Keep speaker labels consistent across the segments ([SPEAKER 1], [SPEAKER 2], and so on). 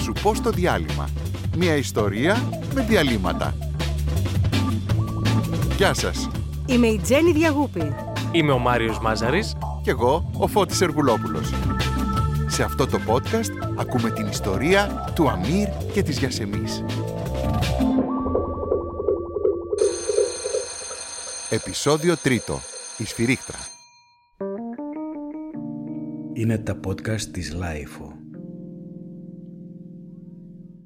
[SPEAKER 1] σου πω στο διάλειμμα. Μια ιστορία με διαλύματα. Γεια σας.
[SPEAKER 2] Είμαι η Τζέννη Διαγούπη.
[SPEAKER 3] Είμαι ο Μάριος Μάζαρης.
[SPEAKER 1] Κι εγώ, ο Φώτης Εργουλόπουλος. Σε αυτό το podcast ακούμε την ιστορία του Αμύρ και της Γιασεμής. Επισόδιο 3. Η σφυρίχτρα.
[SPEAKER 4] Είναι τα podcast της Λάιφο.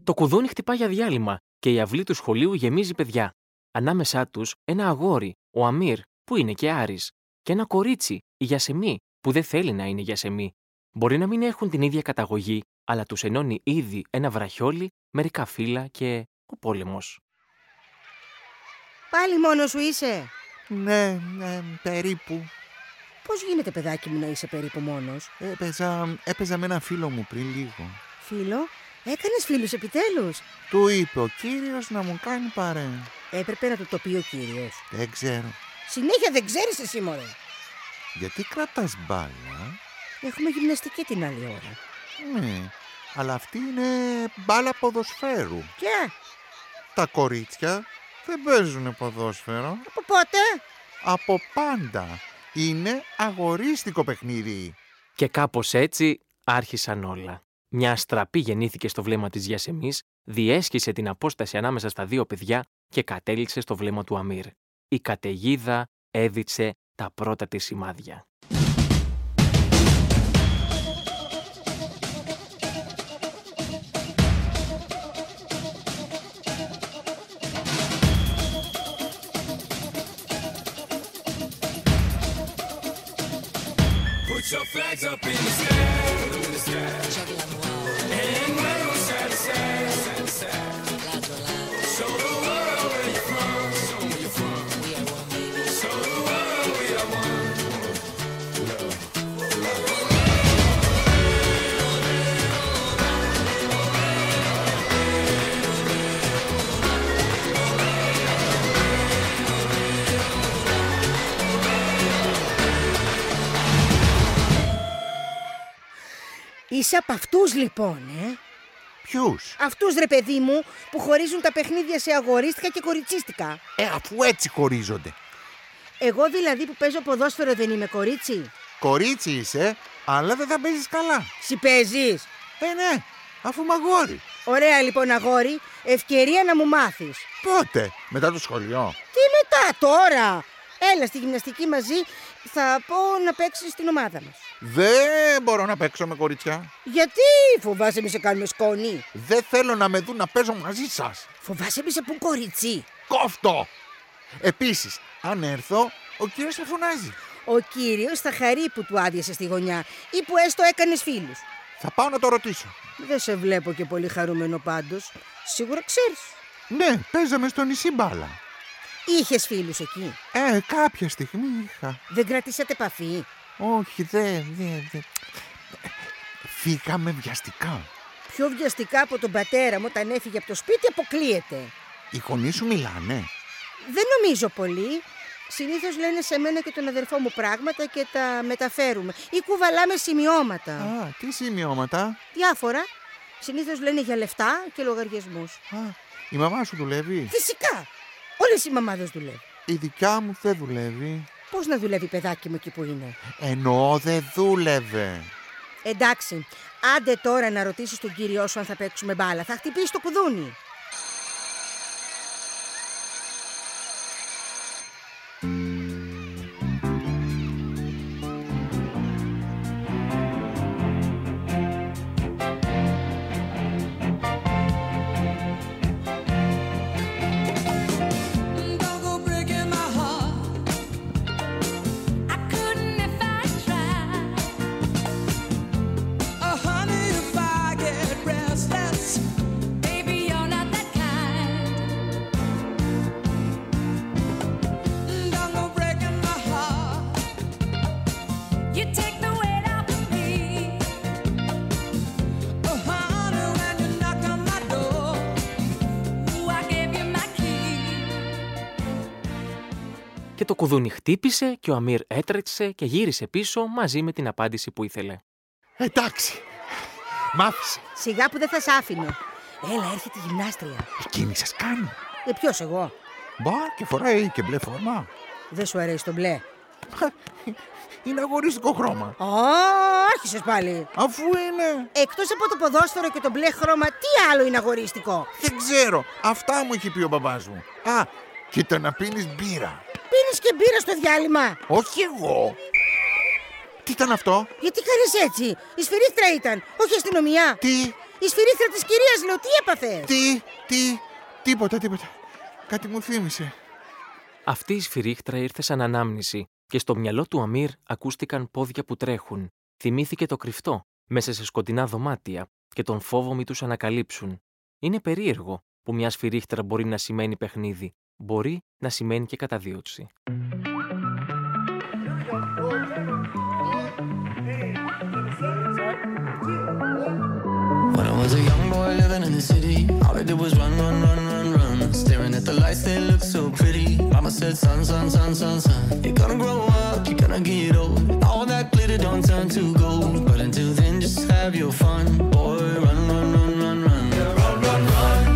[SPEAKER 3] Το κουδούνι χτυπά για διάλειμμα και η αυλή του σχολείου γεμίζει παιδιά. Ανάμεσά τους ένα αγόρι, ο Αμύρ, που είναι και Άρης, και ένα κορίτσι, η Γιασεμή, που δεν θέλει να είναι Γιασεμή. Μπορεί να μην έχουν την ίδια καταγωγή, αλλά τους ενώνει ήδη ένα βραχιόλι, μερικά φύλλα και ο πόλεμος.
[SPEAKER 2] Πάλι μόνος σου είσαι.
[SPEAKER 5] Ναι, ναι, περίπου.
[SPEAKER 2] Πώς γίνεται, παιδάκι μου, να είσαι περίπου μόνος.
[SPEAKER 5] Έπαιζα, έπαιζα με ένα φίλο μου πριν λίγο.
[SPEAKER 2] Φίλο, έκανες φίλους επιτέλους.
[SPEAKER 5] Του είπε ο κύριος να μου κάνει παρέα.
[SPEAKER 2] Έπρεπε να του το πει ο κύριος.
[SPEAKER 5] Δεν ξέρω.
[SPEAKER 2] Συνέχεια δεν ξέρεις εσύ, μωρέ.
[SPEAKER 5] Γιατί κρατάς μπάλα.
[SPEAKER 2] Έχουμε γυμναστική την άλλη ώρα.
[SPEAKER 5] Ναι, αλλά αυτή είναι μπάλα ποδοσφαίρου.
[SPEAKER 2] Και
[SPEAKER 5] Τα κορίτσια δεν παίζουν ποδόσφαιρο.
[SPEAKER 2] από πότε.
[SPEAKER 5] Από πάντα. Είναι αγορίστικο παιχνίδι.
[SPEAKER 3] Και κάπως έτσι άρχισαν όλα. Μια αστραπή γεννήθηκε στο βλέμμα της Γιασεμή, διέσχισε την απόσταση ανάμεσα στα δύο παιδιά και κατέληξε στο βλέμμα του Αμύρ. Η καταιγίδα έδειξε τα πρώτα της σημάδια.
[SPEAKER 2] Είσαι από αυτούς λοιπόν, ε.
[SPEAKER 5] Ποιους.
[SPEAKER 2] Αυτούς ρε παιδί μου που χωρίζουν τα παιχνίδια σε αγορίστικα και κοριτσίστικα.
[SPEAKER 5] Ε, αφού έτσι χωρίζονται.
[SPEAKER 2] Εγώ δηλαδή που παίζω ποδόσφαιρο δεν είμαι κορίτσι.
[SPEAKER 5] Κορίτσι είσαι, αλλά δεν θα παίζεις καλά.
[SPEAKER 2] Συ παίζει.
[SPEAKER 5] Ε, ναι, αφού είμαι αγόρι.
[SPEAKER 2] Ωραία λοιπόν αγόρι, ευκαιρία να μου μάθεις.
[SPEAKER 5] Πότε, μετά το σχολείο.
[SPEAKER 2] Τι μετά τώρα! Έλα στη γυμναστική μαζί, θα πω να παίξεις στην ομάδα μας.
[SPEAKER 5] Δεν μπορώ να παίξω με κορίτσια.
[SPEAKER 2] Γιατί φοβάσαι μη σε κάνουμε σκόνη.
[SPEAKER 5] Δεν θέλω να με δουν να παίζω μαζί σας.
[SPEAKER 2] Φοβάσαι μη σε πουν κοριτσί.
[SPEAKER 5] Κόφτο! Επίσης, αν έρθω, ο κύριος με φωνάζει.
[SPEAKER 2] Ο κύριος θα χαρεί που του άδειασε στη γωνιά ή που έστω έκανες φίλους.
[SPEAKER 5] Θα πάω να το ρωτήσω.
[SPEAKER 2] Δεν σε βλέπω και πολύ χαρούμενο πάντως. Σίγουρα ξέρεις.
[SPEAKER 5] Ναι, παίζαμε στο νησί μπάλα.
[SPEAKER 2] Είχες φίλους εκεί.
[SPEAKER 5] Ε, κάποια στιγμή είχα.
[SPEAKER 2] Δεν κρατήσατε επαφή.
[SPEAKER 5] Όχι, δεν, δεν, δεν. Φύγαμε βιαστικά.
[SPEAKER 2] Πιο βιαστικά από τον πατέρα μου όταν έφυγε από το σπίτι αποκλείεται.
[SPEAKER 5] Οι γονείς σου μιλάνε.
[SPEAKER 2] Δεν νομίζω πολύ. Συνήθως λένε σε μένα και τον αδερφό μου πράγματα και τα μεταφέρουμε. Ή κουβαλάμε σημειώματα.
[SPEAKER 5] Α, τι σημειώματα.
[SPEAKER 2] Διάφορα. Συνήθως λένε για λεφτά και λογαριασμούς.
[SPEAKER 5] Α, η μαμά σου δουλεύει.
[SPEAKER 2] Φυσικά! Όλες οι μαμάδες δουλεύουν.
[SPEAKER 5] Η δικιά μου δεν δουλεύει.
[SPEAKER 2] Πώς να δουλεύει παιδάκι μου εκεί που είναι.
[SPEAKER 5] Εννοώ δεν δούλευε.
[SPEAKER 2] Εντάξει, άντε τώρα να ρωτήσεις τον κύριο σου αν θα παίξουμε μπάλα. Θα χτυπήσει το κουδούνι.
[SPEAKER 6] Don't go breaking my heart. I couldn't if I tried.
[SPEAKER 7] Oh, honey, if I get restless,
[SPEAKER 6] Baby, you're not that kind.
[SPEAKER 7] don't go breaking my heart.
[SPEAKER 6] You take the weight off of me.
[SPEAKER 7] Oh, honey, when you knock on my door,
[SPEAKER 6] Ooh, I gave you my key.
[SPEAKER 3] Και το κουδούνι χτύπησε και ο Αμύρ έτρεξε και γύρισε πίσω μαζί με την απάντηση που ήθελε.
[SPEAKER 5] Εντάξει. Μ' άφησε.
[SPEAKER 2] Σιγά που δεν θα σ' άφηνω. Έλα, έρχεται η γυμνάστρια.
[SPEAKER 5] Εκείνη σα κάνει.
[SPEAKER 2] Ε, ποιος εγώ.
[SPEAKER 5] Μπα και φοράει και μπλε φόρμα.
[SPEAKER 2] Δεν σου αρέσει το μπλε.
[SPEAKER 5] Είναι αγορίστικο χρώμα.
[SPEAKER 2] Ω, άρχισες πάλι.
[SPEAKER 5] Αφού είναι.
[SPEAKER 2] Εκτός από το ποδόσφαιρο και το μπλε χρώμα, τι άλλο είναι αγορίστικο.
[SPEAKER 5] Δεν ξέρω. Αυτά μου έχει πει ο μπαμπάς μου. Α, και το να πίνεις μπύρα.
[SPEAKER 2] Πίνεις και μπύρα στο διάλειμμα.
[SPEAKER 5] Όχι εγώ. Τι ήταν αυτό.
[SPEAKER 2] Γιατί κάνεις έτσι. Η σφυρίχτρα ήταν, όχι αστυνομία.
[SPEAKER 5] Τι,
[SPEAKER 2] Η σφυρίχτρα της κυρίας λέω, τι έπαθες.
[SPEAKER 5] τι, τι, τίποτα, τίποτα. Κάτι μου θύμισε.
[SPEAKER 3] Αυτή η σφυρίχτρα ήρθε σαν ανάμνηση και στο μυαλό του Αμύρ ακούστηκαν πόδια που τρέχουν. Θυμήθηκε το κρυφτό, μέσα σε σκοτεινά δωμάτια και τον φόβο μη τους ανακαλύψουν. Είναι περίεργο που μια σφυρίχτρα μπορεί να σημαίνει παιχνίδι, μπορεί να σημαίνει και καταδίωξη.
[SPEAKER 8] When I was a young boy living in the city, all I did was run, run, run, run, run. Staring at the lights, they look so pretty. Mama said, son, son, son, son, son. You're gonna grow up, you're gonna get old. All that glitter don't turn to gold. But until then, just have your fun. Boy, run, run, run, run, run. Run, run, run.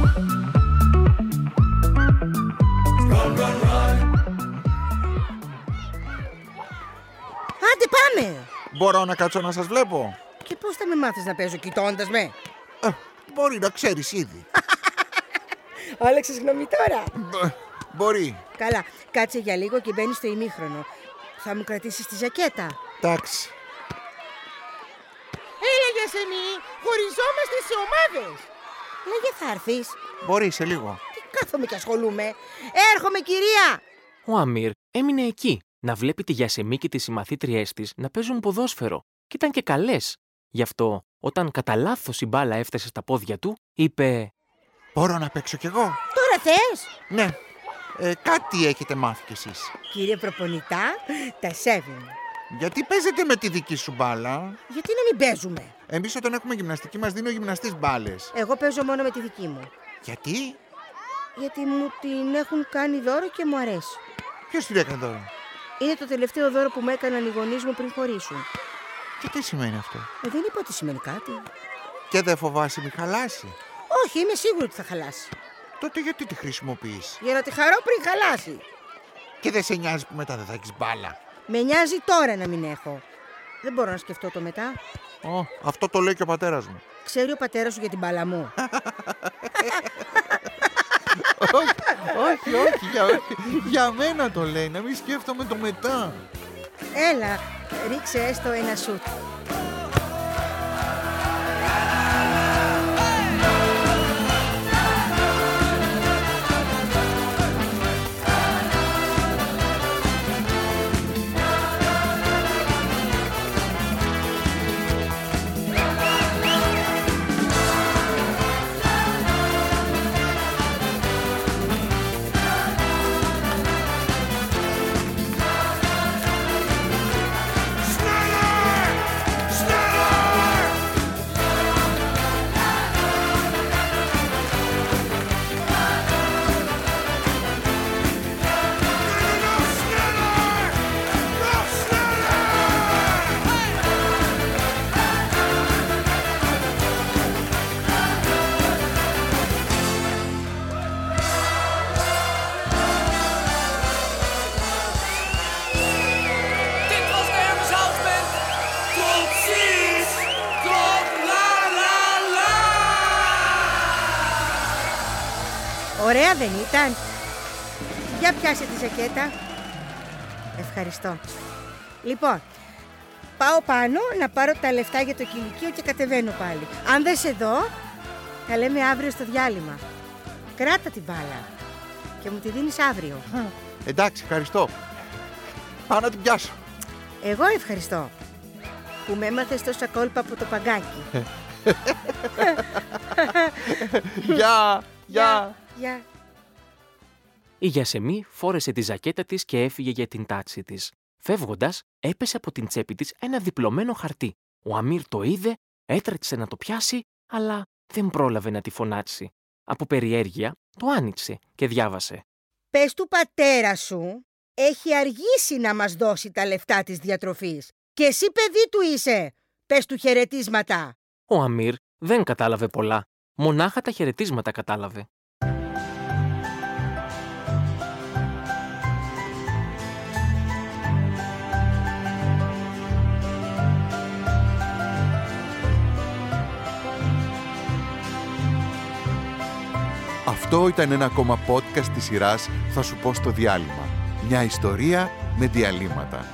[SPEAKER 8] Run, run, run.
[SPEAKER 2] Άντε πάμε.
[SPEAKER 5] Μπορώ να κάτσω να σας βλέπω.
[SPEAKER 2] Και πώς θα με μάθεις να παίζω κοιτώντας με.
[SPEAKER 5] Ε, μπορεί να ξέρεις ήδη.
[SPEAKER 2] Άλλαξε γνώμη τώρα.
[SPEAKER 5] Μπ, μπορεί.
[SPEAKER 2] Καλά, κάτσε για λίγο και μπαίνεις στο ημίχρονο. Θα μου κρατήσεις τη ζακέτα.
[SPEAKER 5] Εντάξει.
[SPEAKER 2] Έλα για σεμί, χωριζόμαστε σε ομάδες. Λέγε Ε, θα έρθεις.
[SPEAKER 5] Μπορεί σε λίγο.
[SPEAKER 2] Τι κάθομαι και ασχολούμαι. Έρχομαι, κυρία.
[SPEAKER 3] Ο Αμύρ έμεινε εκεί να βλέπει τη Γιασεμί και τις συμμαθήτριές της να παίζουν ποδόσφαιρο και ήταν και καλές. Γι' αυτό, όταν κατά λάθος η μπάλα έφτασε στα πόδια του, είπε:
[SPEAKER 5] Μπορώ να παίξω κι εγώ.
[SPEAKER 2] Τώρα θες.
[SPEAKER 5] Ναι. Ε, κάτι έχετε μάθει κι εσείς.
[SPEAKER 2] Κύριε προπονητά, τα σέβομαι.
[SPEAKER 5] Γιατί παίζετε με τη δική σου μπάλα.
[SPEAKER 2] Γιατί να μην παίζουμε.
[SPEAKER 5] Εμείς όταν έχουμε γυμναστική μας δίνει ο γυμναστής μπάλες.
[SPEAKER 2] Εγώ παίζω μόνο με τη δική μου.
[SPEAKER 5] Γιατί.
[SPEAKER 2] Γιατί μου την έχουν κάνει δώρο και μου αρέσει.
[SPEAKER 5] Ποιος την έκανε τώρα.
[SPEAKER 2] Είναι το τελευταίο δώρο που μου έκαναν οι γονείς μου πριν χωρίσουν.
[SPEAKER 5] Και τι σημαίνει αυτό.
[SPEAKER 2] Ε, δεν είπα ότι σημαίνει κάτι.
[SPEAKER 5] Και δεν φοβάσαι μη χαλάσει.
[SPEAKER 2] Όχι, είμαι σίγουρη ότι θα χαλάσει.
[SPEAKER 5] Τότε γιατί τη χρησιμοποιείς.
[SPEAKER 2] Για να τη χαρώ πριν χαλάσει.
[SPEAKER 5] Και δεν σε νοιάζει που μετά δεν θα έχεις μπάλα.
[SPEAKER 2] Με νοιάζει τώρα να μην έχω. Δεν μπορώ να σκεφτώ το μετά.
[SPEAKER 5] Ω, αυτό το λέει και ο πατέρας μου.
[SPEAKER 2] Ξέρει ο πατέρας σου για την μπάλα μου.
[SPEAKER 5] όχι, Ε, όχι, για, για μένα το λέει, να μην σκέφτομαι το μετά.
[SPEAKER 2] Έλα, ρίξε έστω ένα σουτ.
[SPEAKER 7] Dit was Nervous House Band. Tot ziens. Tot la la la.
[SPEAKER 2] Ωραία δεν ήταν. Για πιάσε τη ζακέτα. Ευχαριστώ. Λοιπόν, πάω πάνω να πάρω τα λεφτά για το κηλικείο και κατεβαίνω πάλι. Αν δεν σε δω, τα λέμε αύριο στο διάλειμμα. Κράτα την μπάλα και μου τη δίνεις αύριο.
[SPEAKER 5] Εντάξει, ευχαριστώ. Πάω να την πιάσω.
[SPEAKER 2] Εγώ ευχαριστώ που με έμαθες τόσα κόλπα από το παγκάκι.
[SPEAKER 5] Γεια, γεια.
[SPEAKER 2] Γεια.
[SPEAKER 3] Η Γιασεμί φόρεσε τη ζακέτα της και έφυγε για την τάξη της. Φεύγοντας, έπεσε από την τσέπη της ένα διπλωμένο χαρτί. Ο Αμύρ το είδε, έτρεξε να το πιάσει, αλλά δεν πρόλαβε να τη φωνάξει. Από περιέργεια, το άνοιξε και διάβασε.
[SPEAKER 2] Πες του πατέρα σου, έχει αργήσει να μας δώσει τα λεφτά της διατροφής. Και εσύ παιδί του είσαι. Πες του χαιρετίσματα.
[SPEAKER 3] Ο Αμύρ Δεν κατάλαβε πολλά. Μονάχα τα χαιρετίσματα κατάλαβε.
[SPEAKER 5] Αυτό ήταν ένα ακόμα podcast της σειράς «Θα σου πω στο διάλειμμα». Μια ιστορία με διαλύματα.